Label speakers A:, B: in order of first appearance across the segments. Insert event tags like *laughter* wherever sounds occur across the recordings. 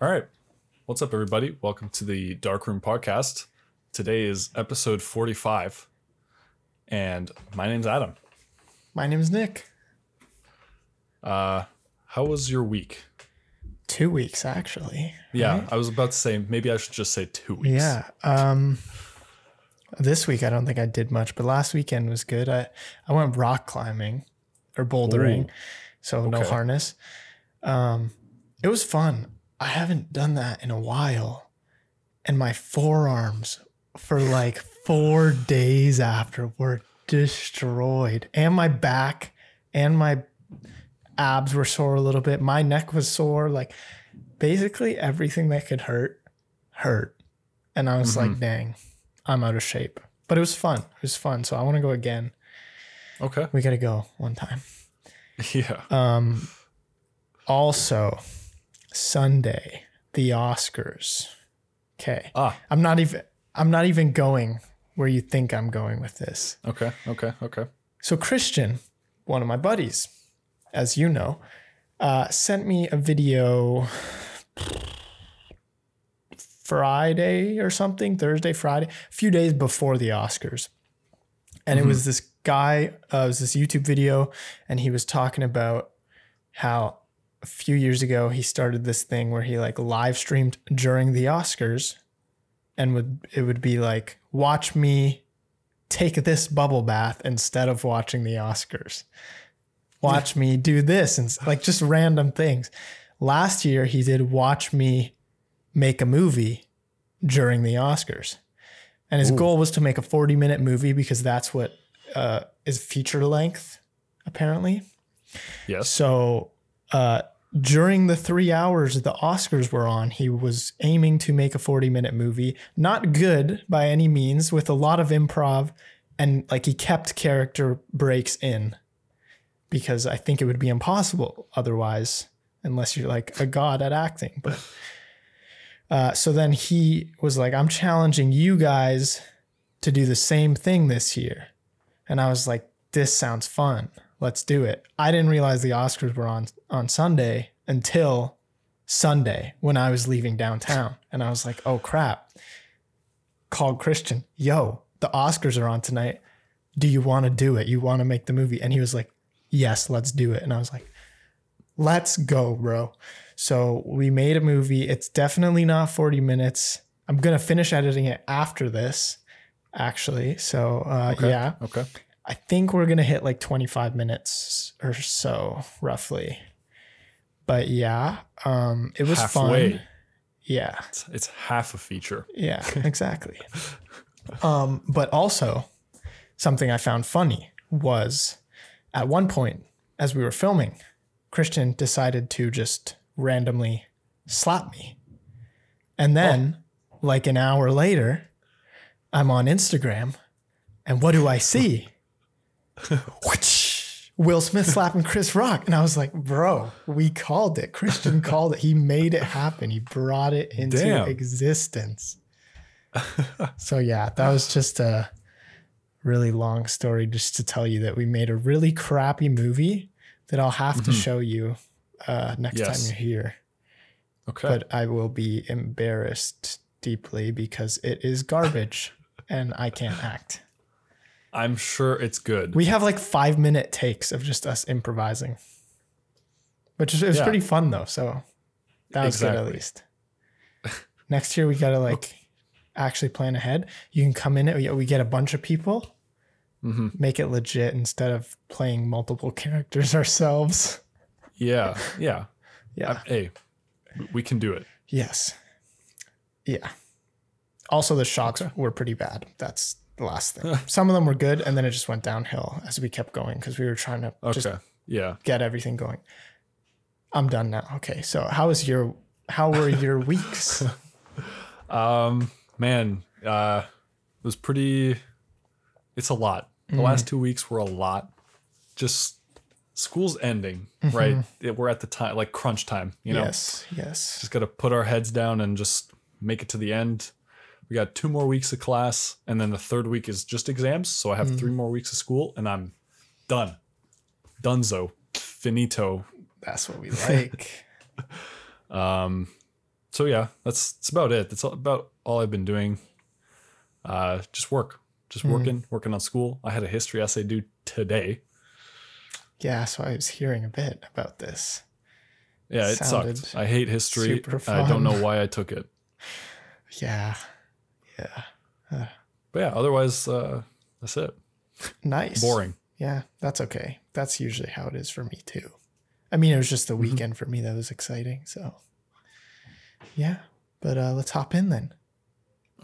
A: All right. What's up, everybody? Welcome to the Darkroom Podcast. Today is episode 45. And my name's Adam.
B: My name is Nick.
A: Uh, how was your week?
B: Two weeks actually.
A: Yeah,
B: right?
A: I was about to say maybe I should just say two weeks.
B: Yeah. Um this week I don't think I did much, but last weekend was good. I I went rock climbing or bouldering.
A: Ooh.
B: so no
A: Okay.
B: harness. Um it was fun. I haven't done that in a while. And my forearms for like 4 days after were destroyed and my back and my abs were sore a little bit. My neck was sore. Like basically everything that could hurt hurt. And I was like, dang, I'm out of shape. But it was fun. It was fun. So I want to go again.
A: Okay. *laughs*
B: We got to go one time.
A: Yeah.
B: Um, also, Sunday, the Oscars. Okay.
A: Ah,
B: I'm not even I'm not even going where you think I'm going with this.
A: okay. Okay. Okay.
B: So Christian, one of my buddies, as you know, uh, sent me a video Friday or something, Thursday, Friday, a few days before the Oscars. And it was this guy, uh, it was this YouTube video, and he was talking about how a few years ago he started this thing where he like live streamed during the Oscars and would it would be like watch me take this bubble bath instead of watching the Oscars. Watch me do this and s- like just random things. Last year he did watch me make a movie during the Oscars. And his
A: Ooh.
B: goal was to make a 40 minute movie because that's what uh, is feature length, apparently.
A: Yes.
B: So uh, during the three hours the Oscars were on, he was aiming to make a 40 minute movie. Not good by any means, with a lot of improv. And like he kept character breaks in because I think it would be impossible otherwise, unless you're like a god at acting. But uh, so then he was like, I'm challenging you guys to do the same thing this year. And I was like, this sounds fun. Let's do it. I didn't realize the Oscars were on on Sunday until Sunday when I was leaving downtown. And I was like, oh crap. Called Christian, yo, the Oscars are on tonight. Do you want to do it? You want to make the movie? And he was like, yes, let's do it. And I was like, let's go, bro. So we made a movie. It's definitely not 40 minutes. I'm going to finish editing it after this, actually. So, uh,
A: Okay.
B: yeah.
A: Okay.
B: I think we're gonna hit like 25 minutes or so, roughly. But yeah, um, it was
A: Halfway.
B: fun. Yeah,
A: It's, it's half a feature.
B: yeah, *laughs* exactly. um, but also, something I found funny was at one point as we were filming, Christian decided to just randomly slap me, and then like an hour later, I'm on Instagram, and what do I see? *laughs* Whoosh! Will Smith slapping Chris Rock. And I was like, bro, we called it. Christian called it. He made it happen. He brought it into
A: Damn.
B: existence. *laughs* so, yeah, that was just a really long story just to tell you that we made a really crappy movie that I'll have to
A: Mhm.
B: show you uh, next
A: Yes.
B: time you're here
A: Okay.
B: but I will be embarrassed deeply because it
A: *laughs*
B: is garbage and I can't act.
A: I'm sure it's good.
B: We have like five minute takes of just us improvising, which is, it was
A: Yeah.
B: pretty fun though. So that was good
A: Exactly.
B: at least. Next year we
A: *laughs*
B: gotta like actually plan ahead. You can come in it. we- We get a bunch of people,
A: hmm
B: make it legit instead of playing multiple *laughs* characters ourselves.
A: Yeah. Yeah.
B: Yeah.
A: I- hey, we can do it.
B: Yes. Yeah. Also, the shots were pretty bad. That's the last thing. Some of them were good, and then it just went downhill as we kept going because we were trying to
A: Okay.
B: just
A: yeah.
B: get everything going. I'm done now. Okay. So, how was your?
A: *laughs*
B: How were your weeks?
A: Um, man, uh, it was pretty. It's a lot. The last two weeks were a lot. Just school's ending, right? It- we're at the time, like crunch time. You know,
B: yes. Yes.
A: just gotta put our heads down and just make it to the end. We got two more weeks of class, and then the third week is just exams. So I have three more weeks of school, and I'm done. Dunzo, finito. *laughs*
B: That's what we like.
A: Um, so yeah, that's that's about it. That's all, about all I've been doing. Uh, just work, just
B: Mm.
A: working, working on school. I had a history essay due today.
B: Yeah, so I was hearing a bit about this.
A: Yeah, it
B: Sounded
A: sucked. I hate history.
B: super
A: I
B: fun.
A: don't know why I took it.
B: Yeah. Yeah.
A: But yeah, otherwise, uh, that's it.
B: Nice.
A: Boring.
B: Yeah, that's okay. That's usually how it is for me too. I mean, it was just the
A: Mm-hmm.
B: weekend for me that was exciting. So, yeah. But uh, let's hop in then.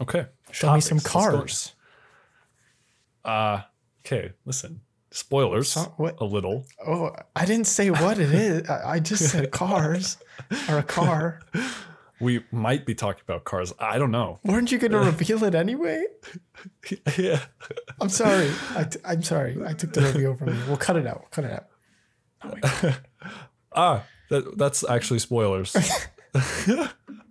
A: Okay.
B: Show
A: Topics.
B: me some
A: Let's go.
B: cars.
A: Uh, okay. Listen, spoilers
B: So- what?
A: a little.
B: Oh, I didn't say what it is. I I just
A: *laughs*
B: said cars or a car.
A: We might be talking about cars. I don't know. *laughs*
B: Weren't you going to reveal it anyway?
A: yeah.
B: I'm sorry. I t- I'm sorry. I took the reveal from you. We'll cut it out. We'll cut it out.
A: Ah, that, that's actually spoilers.
B: *laughs*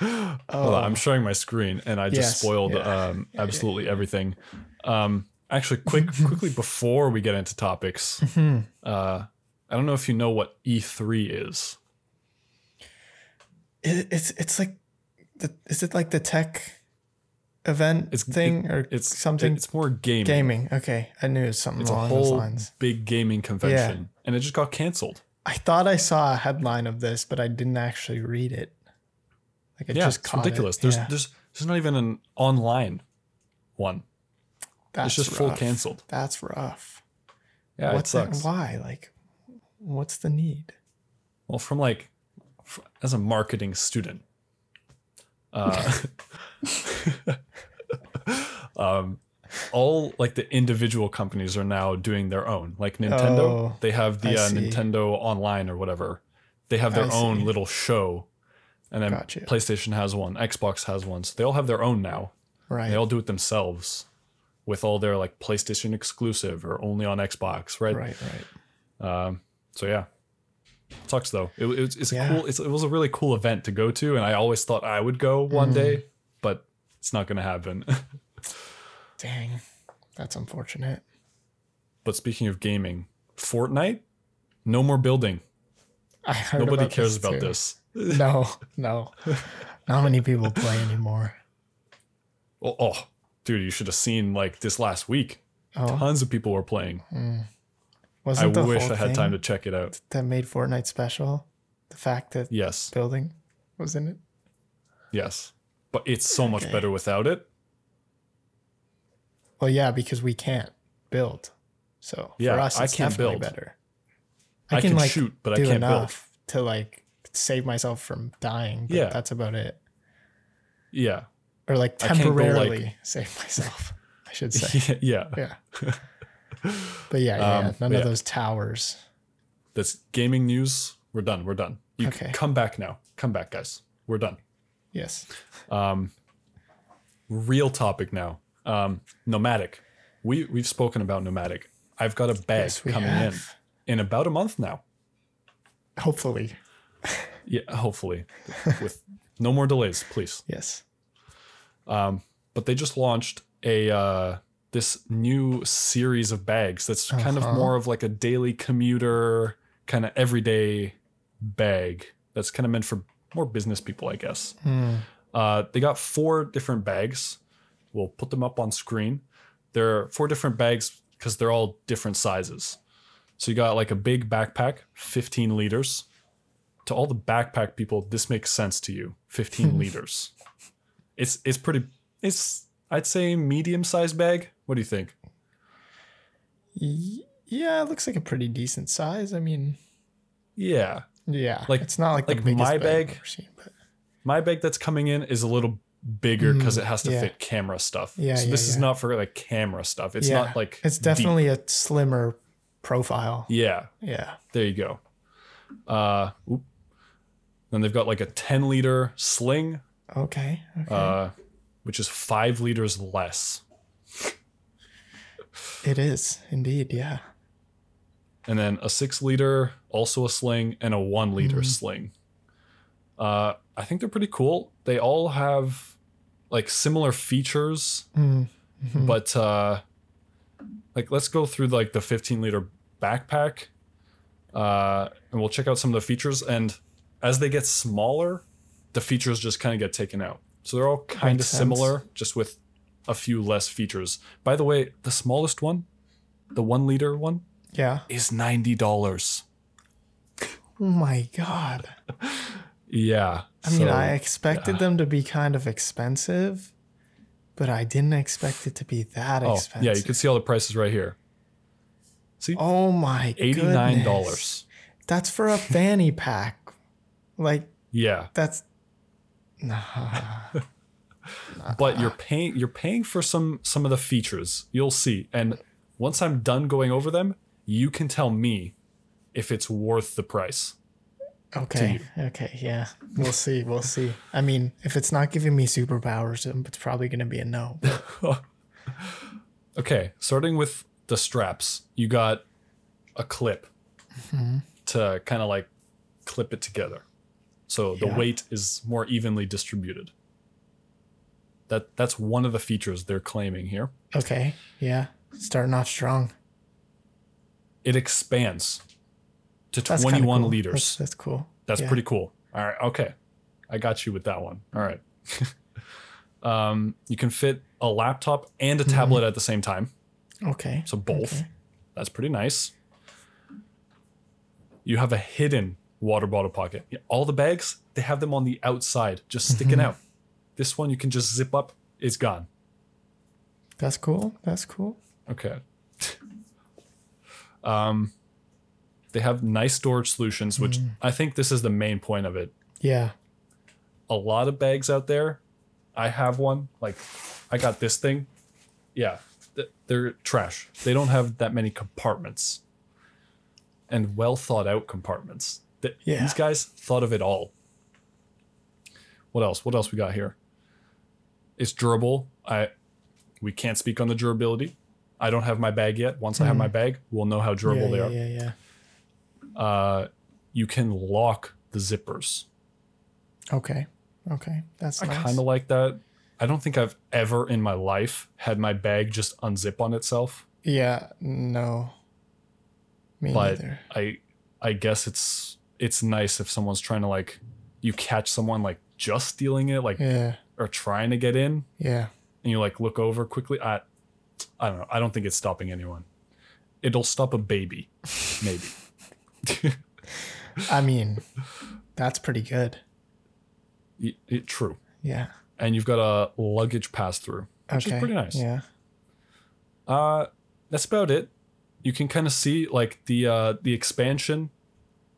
A: Hold on, I'm showing my screen and I just
B: Oh. Yes,
A: spoiled
B: yeah.
A: um, absolutely everything. Um, actually,
B: *laughs*
A: quick, quickly before we get into topics,
B: Hmm.
A: uh, I don't know if you know what E3 is.
B: It, it's it's like, the, is it like the tech event
A: It's-
B: thing or
A: It's
B: something?
A: It's more gaming.
B: Gaming. Okay, I knew it was something
A: It's a
B: along those
A: whole
B: lines.
A: big gaming convention, and it just got canceled.
B: I thought I saw a headline of this, but I didn't actually read it. Like I
A: yeah,
B: just
A: it's
B: caught
A: ridiculous.
B: It.
A: There's
B: Yeah,
A: there's there's not even an online one.
B: that's
A: just full
B: rough.
A: canceled.
B: That's rough.
A: Yeah,
B: what's
A: it sucks.
B: That, why? Like, what's the need?
A: Well, from like f- as a marketing student, uh, *laughs* um, all like the individual companies are now doing their own. Like Nintendo,
B: Oh,
A: they have
B: I
A: the uh,
B: see.
A: Nintendo Online or whatever. They have
B: I
A: their own
B: see.
A: little show, and then
B: Gotcha.
A: PlayStation has one, Xbox has one. So they all have their own now.
B: Right.
A: They all do it themselves, with all their like PlayStation exclusive or only on Xbox, right?
B: right. Right.
A: Um, so yeah, sucks though. It, it, was- it's
B: Yeah.
A: a cool. It's, it was a really cool event to go to, and I always thought I would go one
B: Mm.
A: day, but it's not gonna happen. *laughs*
B: Dang, that's unfortunate.
A: but speaking of gaming, Fortnite, no more building.
B: I heard
A: Nobody
B: about
A: cares
B: this
A: about
B: too.
A: this.
B: *laughs* No, no, not many people play anymore.
A: Oh, oh, dude, you should have seen like this last week.
B: Oh,
A: Tons of people were playing.
B: mm. wasn't
A: I
B: the
A: wish
B: whole
A: I had
B: thing
A: time to check it out.
B: that made Fortnite special? The fact that
A: Yes,
B: building was in it.
A: yes, but it's so much
B: Okay.
A: better without it.
B: Well, yeah, because we can't build. So
A: Yeah,
B: for us,
A: I
B: it's
A: can't
B: definitely
A: build.
B: better.
A: I, can, shoot, but I
B: do
A: can't build.
B: enough to like save myself from dying. But
A: Yeah.
B: that's about it.
A: Yeah,
B: Or like
A: I can't go, like-
B: temporarily save *laughs* myself. I should say.
A: *laughs* yeah.
B: yeah. But yeah, yeah,
A: Um,
B: yeah, none
A: but
B: of
A: yeah.
B: those towers.
A: that's gaming news. We're done. We're done. You c-
B: Okay.
A: come back now. Come back, guys. We're done.
B: Yes.
A: Um, real topic now. Um, nomadic. We we've spoken about nomadic. I've got a bag
B: Yes, we
A: coming
B: have.
A: in in about a month now.
B: Hopefully.
A: Yeah, hopefully, with no more delays, please.
B: Yes.
A: Um, but they just launched a uh, this new series of bags that's kind of
B: Uh-huh.
A: more of like a daily commuter, kind of everyday bag that's kind of meant for more business people, I guess.
B: Hmm.
A: Uh, they got four different bags. We'll put them up on screen. There are four different bags because they're all different sizes. So you got like a big backpack, 15 liters. To all the backpack people, this makes sense to you.
B: *laughs*
A: 15 liters. It's it's pretty it's I'd say medium sized bag. What do you think?
B: Y- Yeah, it looks like a pretty decent size. I mean,
A: Yeah.
B: yeah,
A: Like-
B: it's not like, the
A: like
B: biggest
A: my
B: bag I've
A: bag-
B: ever seen, but
A: My bag that's coming in is a little bigger because it has to
B: Mm, yeah.
A: fit camera stuff.
B: Yeah,
A: So
B: yeah,
A: this is
B: yeah.
A: not for like camera stuff. It's
B: yeah,
A: not like
B: it's
A: deep.
B: definitely a slimmer profile.
A: Yeah.
B: Yeah.
A: There you go. Uh, oop. Then they've got like a 10 liter sling,
B: Okay. Okay.
A: uh, which is five liters less.
B: It is indeed, yeah.
A: And then a six liter, also a sling, and a one liter
B: Mhm.
A: sling. Uh, I think they're pretty cool. They all have like similar features,
B: Mm, mhm.
A: but uh, like let's go through like the 15 liter backpack uh, and we'll check out some of the features. And as they get smaller, the features just kind of get taken out. So they're all kind of
B: Makes sense.
A: similar, just with a few less features. By the way, the smallest one, the one liter one,
B: Yeah.
A: is ninety dollars.
B: Oh my god.
A: Yeah.
B: I mean,
A: so-
B: I expected them to be kind of expensive, but I didn't expect it to be that
A: Oh,
B: expensive.
A: yeah. You can see all the prices right here. See,
B: Oh my
A: eighty nine
B: goodness.
A: dollars.
B: That's for a fanny pack. Like
A: Yeah,
B: that's nah.
A: *laughs* but you're paying you're paying for some some of the features. You'll see, and once I'm done going over them, you can tell me if it's worth the price.
B: Okay. Okay. Yeah. We'll see. We'll see. I mean, if it's not giving me superpowers, um, it's probably going to be a no.
A: Okay, starting with the straps, you got a clip to kind of like clip it together. So the
B: Yeah.
A: weight is more evenly distributed. That that's one of the features they're claiming here.
B: Okay. Yeah. Starting off strong.
A: It expands to
B: That's kinda
A: 21
B: cool.
A: liters.
B: That's, that's cool.
A: That's
B: Yeah.
A: pretty cool. All right. Okay. I got you with that one. All
B: *laughs*
A: right. um, you can fit a laptop and a tablet at the same time.
B: Okay.
A: So both.
B: Mm-hmm. Okay.
A: That's pretty nice. You have a hidden water bottle pocket. Yeah, All the bags, they have them on the outside, just sticking
B: Mm-hmm.
A: out. This one you can just zip up, it's gone.
B: That's cool. That's cool.
A: Okay. *laughs* um, they have nice storage solutions, which
B: Mm.
A: I think this is the main point of it.
B: Yeah.
A: a lot of bags out there. I have one. Like, I got this thing. Yeah, th- they're trash. They don't have that many compartments, and well thought out compartments. Th-
B: Yeah.
A: These guys thought of it all. What else? What else we got here? It's durable. I, we can't speak on the durability. I don't have my bag yet. Once I have my bag, we'll know how
B: Hmm. Yeah,
A: durable they
B: yeah,
A: are.
B: yeah, yeah.
A: Uh, you can lock the zippers.
B: Okay. Okay. That's
A: I
B: nice.
A: kind of like that. I don't think I've ever in my life had my bag just unzip on itself,
B: yeah. No. Me
A: but
B: neither.
A: I I guess it's it's nice if someone's trying to like you catch someone like just stealing it like
B: Yeah.
A: or trying to get in
B: Yeah.
A: and you like look over quickly. I I don't know. I don't think it's stopping anyone. It'll stop a baby, maybe. *laughs*
B: *laughs* I mean, that's pretty good.
A: It- it- true.
B: Yeah.
A: And you've got a luggage pass through, which
B: okay.
A: is pretty nice.
B: Yeah.
A: Uh, that's about it. You can kind of see like the uh, the expansion.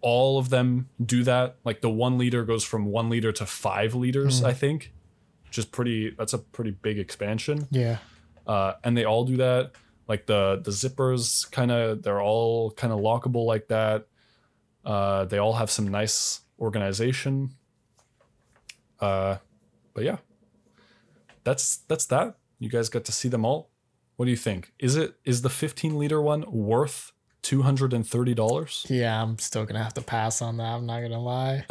A: All of them do that. Like the one liter goes from one liter to five liters, I think, which is pretty. That's a pretty big expansion.
B: Yeah.
A: Uh, and they all do that. Like the the zippers, kind of, they're all kind of lockable like that. Uh, they all have some nice organization. Uh, but yeah, that's that's that. You guys got to see them all. What do you think? Is it is the 15 liter one worth two hundred and thirty dollars?
B: Yeah, I'm still gonna have to pass on that. I'm not gonna lie.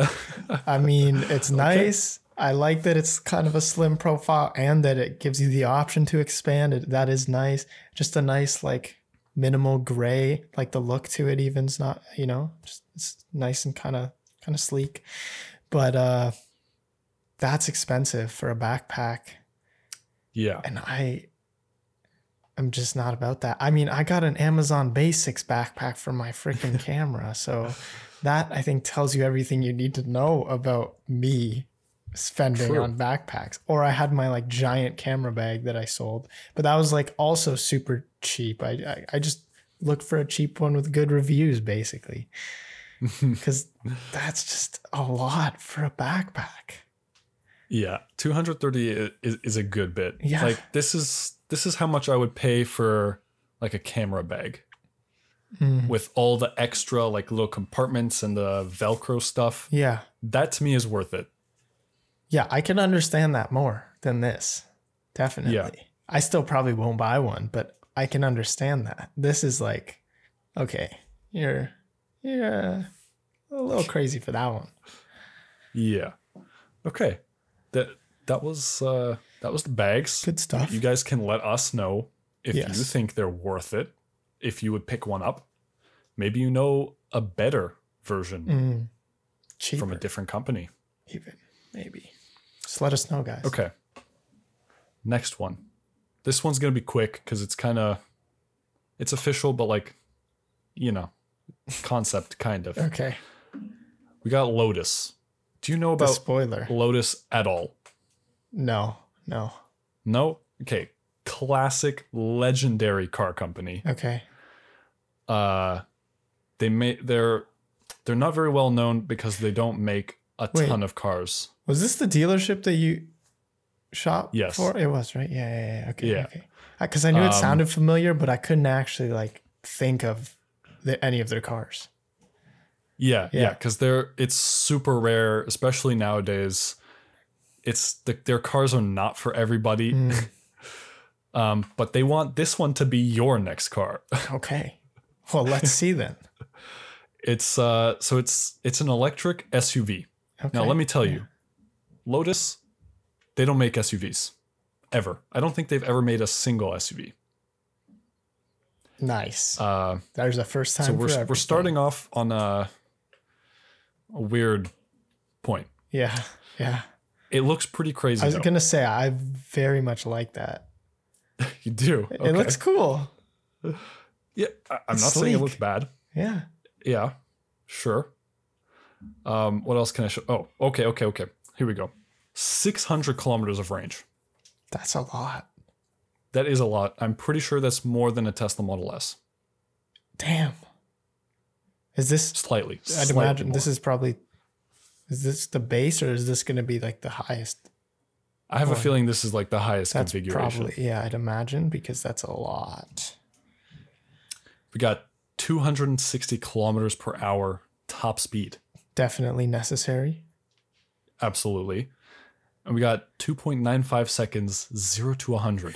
B: I mean, it's nice. I like that it's kind of a slim profile and that it gives you the option to expand it. That is nice. Just a nice like minimal gray, like the look to it even's not, you know, just it's nice and kind of kind of sleek. But uh that's expensive for a backpack
A: Yeah,
B: and I I'm just not about that. I mean, I got an Amazon Basics backpack for my freaking camera, so that I think tells you everything you need to know about me spending
A: True.
B: on backpacks. Or I had my like giant camera bag that I sold, but that was like also super cheap. I I, I just looked for a cheap one with good reviews basically. Cuz that's just a lot for a backpack.
A: yeah. Two hundred thirty is is a good bit.
B: Yeah.
A: Like this is this is how much I would pay for like a camera bag.
B: Mm.
A: with all the extra like little compartments and the velcro stuff
B: Yeah.
A: that to me is worth it
B: Yeah, I can understand that more than this. Definitely. I still probably won't buy one, but I can understand that. This is like, okay, you're you're a little crazy for that one.
A: yeah okay that that was uh that was the bags
B: Good stuff.
A: you guys can let us know if
B: Yes.
A: you think they're worth it if you would pick one up maybe you know a better version
B: Mm. Cheaper
A: from a different company
B: even. Maybe. Just let us know, guys.
A: Okay. Next one. This one's gonna be quick because it's kind of, it's official, but like, you know, concept kind of.
B: Okay.
A: We got Lotus. Do you know
B: The
A: about
B: spoiler.
A: Lotus at all?
B: No. No.
A: No. Okay. Classic, legendary car company.
B: Okay.
A: Uh, they make they're they're not very well known because they don't make a
B: Wait.
A: ton of cars.
B: Was this the dealership that you shop
A: Yes.
B: for? It was, right? Yeah, yeah, yeah. Okay.
A: Yeah.
B: Okay. Because I knew it
A: Um,
B: sounded familiar, but I couldn't actually like think of the, any of their cars.
A: Yeah,
B: Yeah.
A: yeah, because they're it's super rare, especially nowadays. It's the, their cars are not for everybody,
B: Mm,
A: um, but they want this one to be your next car. *laughs*
B: okay. Well, let's see then.
A: It's uh, so it's it's an electric SUV.
B: Okay.
A: *laughs* Now let me tell
B: Yeah.
A: you, Lotus, they don't make SUVs ever. I don't think they've ever made a single SUV.
B: Nice.
A: Uh,
B: There's a first time.
A: so we're
B: for
A: we're
B: everything.
A: starting off on a, a weird point.
B: Yeah. Yeah.
A: It looks pretty crazy.
B: I was
A: though.
B: gonna say I very much like that.
A: *laughs* you do.
B: It-
A: Okay.
B: It looks cool.
A: Yeah, I, I'm
B: It's
A: not saying it
B: sleek.
A: looks bad.
B: Yeah.
A: Yeah, sure. Um, what else can I show? Oh, okay, okay, okay. Here we go. 600 kilometers of range.
B: That's a lot.
A: That is a lot. I'm pretty sure that's more than a Tesla Model S.
B: Damn. Is this
A: Slightly.
B: I'd
A: slightly
B: imagine this
A: more.
B: is probably is this the base or is this going to be like the highest?
A: I have a
B: one.
A: feeling this is like the highest
B: That's
A: configuration.
B: probably yeah, I'd imagine because that's a lot.
A: We got 260 kilometers per hour top speed.
B: Definitely necessary.
A: Absolutely. And we got 2.95 seconds, 0 to 100.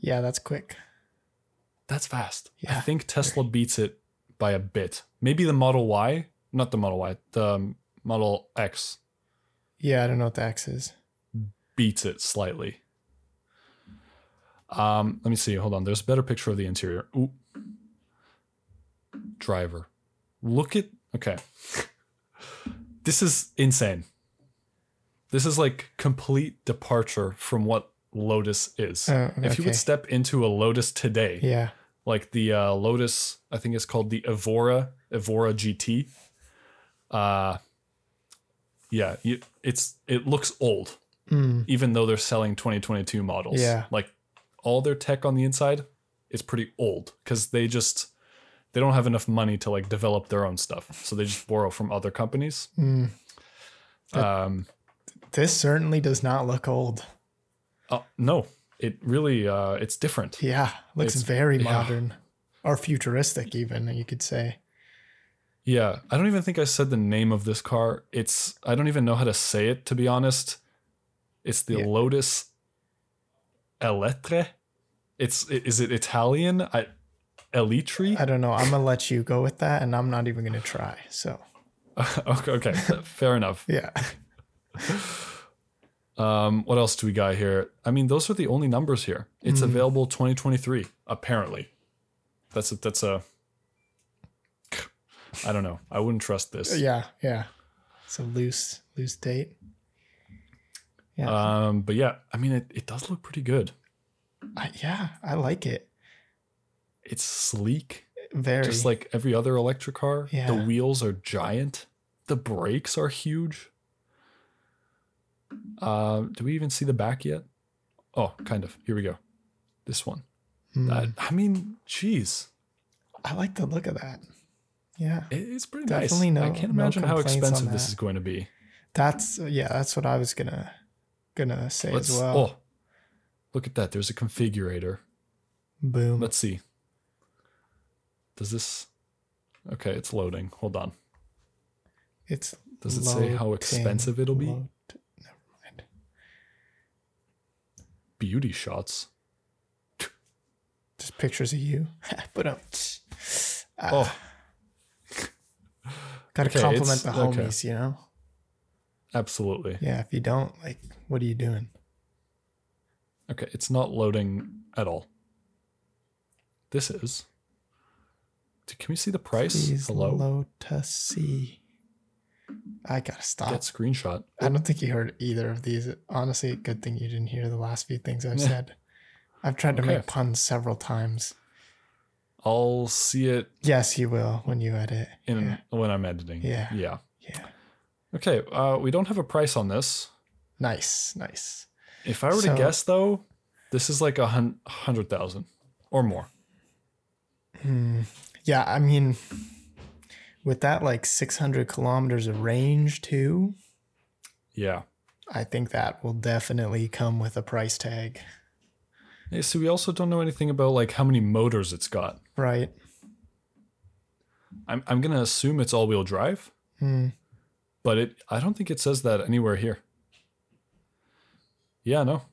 B: Yeah, that's quick.
A: That's fast. I
B: Yeah,
A: think Tesla beats it by a bit. Maybe the Model Y, not the Model Y, the um, Model X
B: Yeah, I don't know what the X is.
A: beats it slightly. Um, let me see. Hold on. There's a better picture of the interior. Ooh. Driver. Look at okay. *laughs* this is insane. This is like complete departure from what Lotus is.
B: Oh,
A: If you
B: okay.
A: would step into a Lotus today,
B: Yeah.
A: like the uh, Lotus, I think it's called the Evora Evora GT. Uh, yeah, you, it's it looks old,
B: Mm,
A: even though they're selling 2022 models.
B: Yeah.
A: like all their tech on the inside is pretty old because they just they don't have enough money to like develop their own stuff, so they just borrow from other companies.
B: mm.
A: Um,
B: This certainly does not look old.
A: uh, no, it really uh, it's different.
B: Yeah, looks
A: It's-
B: very
A: yeah.
B: modern or futuristic even you could say.
A: Yeah, I don't even think I said the name of this car. It's I don't even know how to say it to be honest. It's the
B: Yeah.
A: Lotus Elettre. It's i- is it Italian? I Elitri?
B: I don't know. I'm going to let you go with that and I'm not even going to try. So,
A: *laughs* okay, okay, fair enough.
B: yeah.
A: Um, what else do we got here? I mean, those are the only numbers here. It's
B: Mhm.
A: available 2023 apparently. That's a, that's a. I don't know. I wouldn't trust this.
B: Yeah, yeah. It's a loose, loose date. Yeah,
A: Um, but yeah, I mean, it, it does look pretty good.
B: I, yeah. I like it.
A: It's sleek.
B: Very.
A: just like every other electric car.
B: Yeah.
A: The wheels are giant. The brakes are huge. Uh, do we even see the back yet? Oh, kind of. Here we go. This one.
B: Mm.
A: Uh, I mean, geez,
B: I like the look of that. Yeah,
A: it- it's pretty
B: Definitely
A: nice.
B: no-
A: I can't
B: no
A: imagine how
B: complaints on
A: expensive this
B: that.
A: is going to be.
B: that's yeah. That's what I was gonna gonna say
A: Let's.
B: as well.
A: Oh, look at that. There's a configurator.
B: Boom.
A: Let's see. Does this? Okay, it's loading. Hold on.
B: it's
A: Does it say how
B: loading,
A: expensive it'll be?
B: load-
A: Beauty shots.
B: Just pictures of you. *laughs* but um, Ah.
A: Oh,
B: gotta
A: okay,
B: compliment
A: it's-
B: the
A: okay.
B: homies, you know.
A: absolutely.
B: Yeah, if you don't, like, what are you doing?
A: Okay, it's not loading at all. This is. D- Can we see the price?
B: Please
A: Hello.
B: Lotus C. I gotta stop.
A: That screenshot.
B: I don't think you heard either of these. Honestly, good thing you didn't hear the last few things I've
A: Yeah.
B: said. I've tried to
A: Okay.
B: make puns several times.
A: I'll see it
B: Yes, you will when you edit.
A: in
B: yeah.
A: when I'm editing.
B: Yeah.
A: Yeah.
B: yeah.
A: Okay. Uh, we don't have a price on this.
B: Nice, nice.
A: If I were
B: So-
A: to guess, though, this is like a hun- hundred thousand or more.
B: Hmm. Yeah, I mean, with that like 600 kilometers of range too,
A: Yeah.
B: I think that will definitely come with a price tag,
A: Hey, so we also don't know anything about like how many motors it's got.
B: right?
A: I'm I'm gonna assume it's all-wheel drive,
B: Hmm.
A: but it I don't think it says that anywhere here. Yeah. No.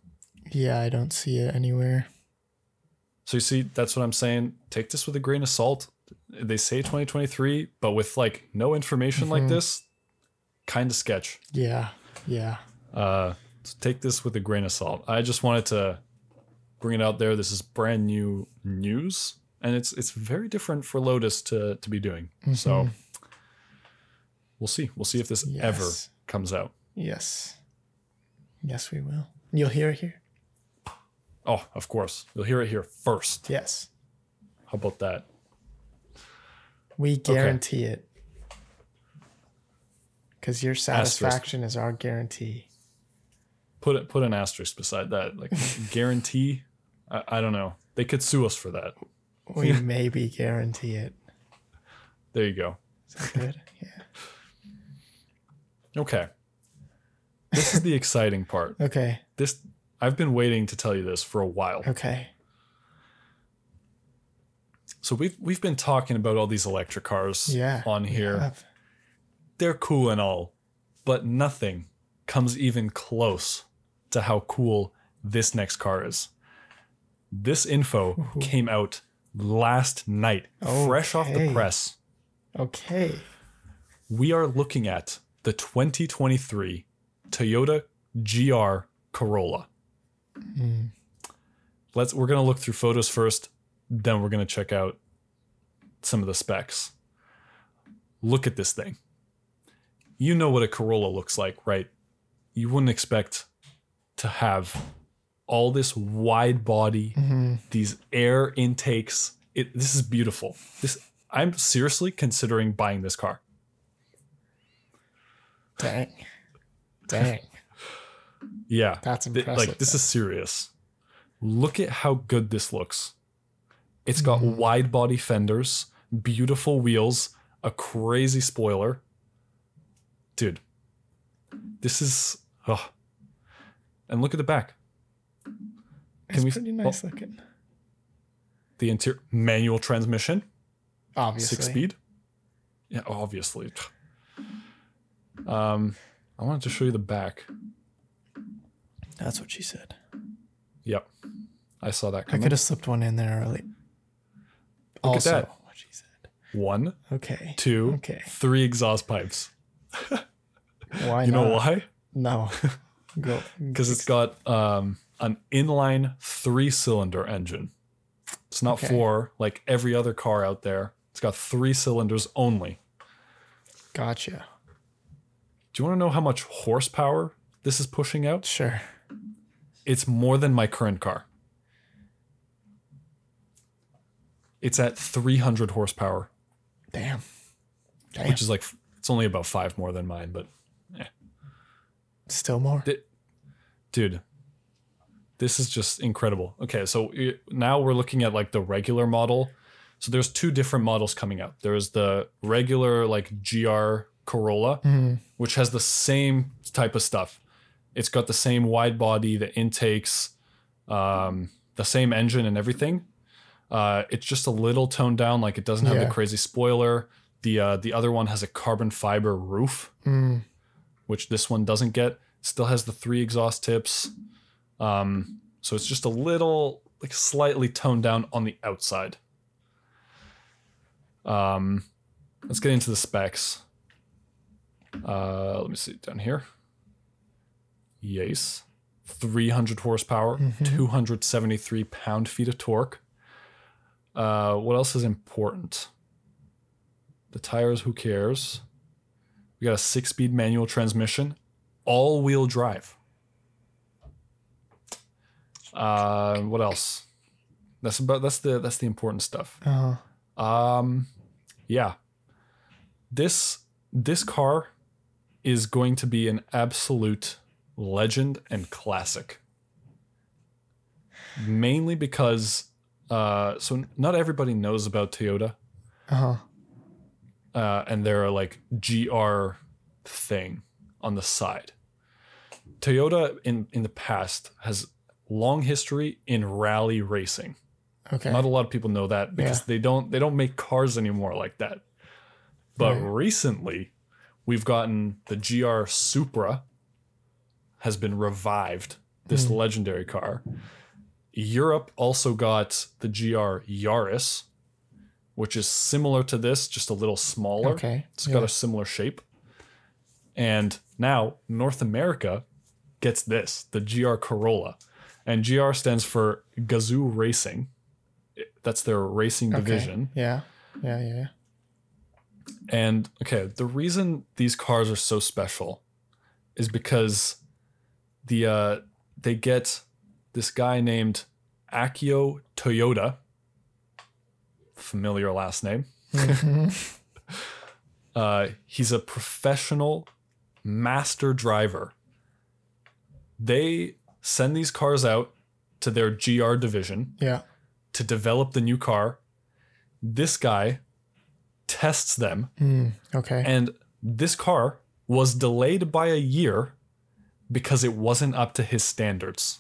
B: Yeah, I don't see it anywhere.
A: So you see, that's what I'm saying. Take this with a grain of salt. They say 2023, but with like no information like
B: Mhm.
A: this, kind of sketch.
B: Yeah, yeah.
A: Uh, so take this with a grain of salt. I just wanted to bring it out there. This is brand new news, and it's it's very different for Lotus to to be doing. So we'll see. We'll see if this ever
B: Yes.
A: comes out.
B: Yes. Yes, we will. You'll hear it here.
A: Oh, of course, you'll hear it here first.
B: Yes.
A: How about that?
B: We guarantee it. Because your
A: Asterisk.
B: satisfaction is our guarantee.
A: Put it put an asterisk beside that. Like guarantee. I, I don't know. They could sue us for that. *laughs*
B: We maybe guarantee it.
A: There you go.
B: Is that good? Yeah.
A: Okay. This is the *laughs* exciting part.
B: Okay.
A: This I've been waiting to tell you this for a while.
B: Okay.
A: So we've we've been talking about all these electric cars
B: Yeah.
A: on here.
B: Yeah.
A: They're cool and all, but nothing comes even close to how cool this next car is. This info
B: Ooh.
A: came out last night, fresh off the
B: Okay.
A: press.
B: Okay.
A: We are looking at the 2023 Toyota GR Corolla.
B: Hmm.
A: let's we're gonna look through photos first then we're gonna check out some of the specs look at this thing you know what a corolla looks like right you wouldn't expect to have all this wide body
B: Mhm.
A: these air intakes it this is beautiful this i'm seriously considering buying this car
B: Dang. Dang.
A: yeah
B: That's
A: Th-
B: impressive.
A: like this is serious. Look at how good this looks. It's got
B: Mhm.
A: wide body fenders, beautiful wheels, a crazy spoiler. Dude, this is ugh. And look at the back.
B: It's
A: can we- oh,
B: pretty
A: well-
B: nice looking.
A: The interior manual transmission,
B: Obviously.
A: six speed. Yeah, obviously. Um, I wanted to show you the back.
B: That's what she said.
A: Yep, I saw that
B: I
A: coming.
B: could have slipped one in there early.
A: Look at
B: also,
A: that.
B: what she said.
A: One,
B: Okay.
A: two, three
B: Okay.
A: exhaust pipes.
B: Why
A: You
B: not?
A: know why? *laughs*
B: No. Go.
A: because it's got um, an inline three-cylinder engine. It's not
B: Okay.
A: four like every other car out there. It's got three cylinders only.
B: Gotcha.
A: Do you want to know how much horsepower this is pushing out?
B: Sure.
A: It's more than my current car. It's at 300 horsepower,
B: Damn. Damn.
A: which is like it's only about five more than mine. But
B: Still more.
A: dude, this is just incredible. Okay, so i- now we're looking at like the regular model. So there's two different models coming out. There's the regular like GR Corolla,
B: Hmm.
A: which has the same type of stuff. It's got the same wide body, the intakes, um, the same engine and everything. Uh, it's just a little toned down. Like it doesn't have
B: Yeah.
A: the crazy spoiler. The uh, the other one has a carbon fiber roof,
B: Hmm.
A: which this one doesn't get. Still has the three exhaust tips. Um, so it's just a little, like slightly toned down on the outside. Um, let's get into the specs. Uh, let me see down here. Yes. 300 horsepower,
B: Mhm.
A: 273 pound feet of torque. Uh, what else is important? The tires, who cares? We got a six speed manual transmission, all wheel drive. Uh, what else? That's about that's the that's the important stuff.
B: Uh,
A: Um, yeah. This this car is going to be an absolute legend and classic. Mainly because uh, so not everybody knows about Toyota
B: uh,
A: uh, and their like GR thing on the side. Toyota in in the past has long history in rally racing.
B: okay.
A: Not a lot of people know that because
B: Yeah.
A: they don't they don't make cars anymore like that. But
B: Right.
A: recently, we've gotten the GR Supra has been revived. This
B: Hmm.
A: legendary car. Europe also got the GR Yaris, which is similar to this, just a little smaller.
B: okay.
A: It's
B: yeah.
A: got a similar shape. And now North America gets this the GR Corolla. And GR stands for Gazoo Racing. It- That's their racing
B: Okay.
A: division.
B: Yeah. Yeah. Yeah. yeah.
A: And okay, the reason these cars are so special is because the uh, they get this guy named Akio Toyota, familiar last name. *laughs*
B: Mhm.
A: Uh, he's a professional master driver. They send these cars out to their GR division
B: yeah.
A: to develop the new car. This guy tests them,
B: Mm, okay.
A: and this car was delayed by a year because it wasn't up to his standards.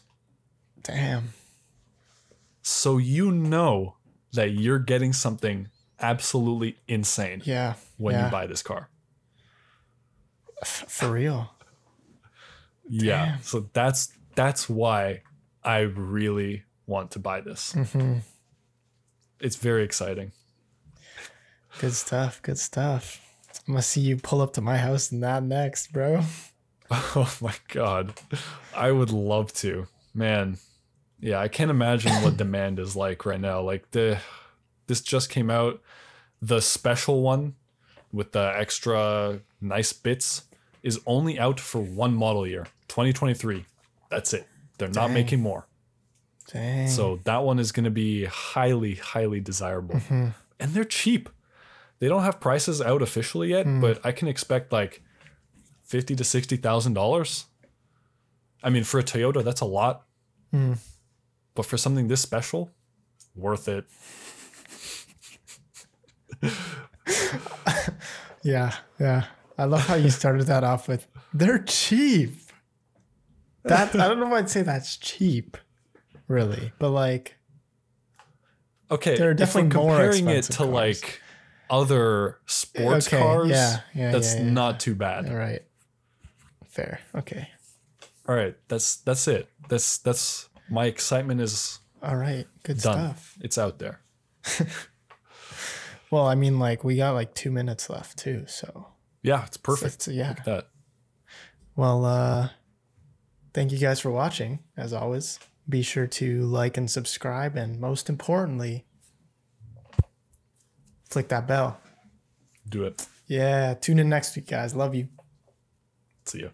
B: Damn.
A: So you know that you're getting something absolutely insane
B: Yeah.
A: when
B: yeah.
A: you buy this car.
B: F- for real.
A: Yeah.
B: Damn.
A: So that's that's why I really want to buy this.
B: hmm
A: It's very exciting. *laughs*
B: Good stuff. Good stuff. I'm gonna see you pull up to my house and that next, bro.
A: Oh my god. I would love to. Man. Yeah, I can't imagine
B: *laughs*
A: what demand is like right now. Like the this just came out the special one with the extra nice bits is only out for one model year, 2023. That's it. They're not
B: Dang.
A: making more.
B: Dang.
A: So that one is going to be highly, highly desirable.
B: Mhm.
A: And they're cheap. They don't have prices out officially yet,
B: Mm.
A: but I can expect like fifty to sixty thousand dollars. I mean, for a Toyota, that's a lot.
B: Mm.
A: But for something this special, worth it.
B: Yeah, yeah. I love how you started that off with they're cheap. That I don't know if I'd say that's cheap, really, but like
A: Okay,
B: There are definitely
A: if we're
B: more
A: comparing it
B: expensive
A: to
B: cars.
A: like other sports
B: Okay,
A: cars.
B: yeah, yeah,
A: that's
B: yeah, yeah.
A: not too bad.
B: all right, fair, okay,
A: All right, that's that's it. That's that's my excitement is
B: all right, good
A: done.
B: stuff.
A: It's out there.
B: Well, I mean, like we got like two minutes left too, so
A: Yeah, it's perfect.
B: It's, yeah.
A: that.
B: Well, uh, thank you guys for watching. As always, be sure to like and subscribe, and most importantly, click that bell.
A: Do it.
B: Yeah, tune in next week, guys. Love you.
A: See ya.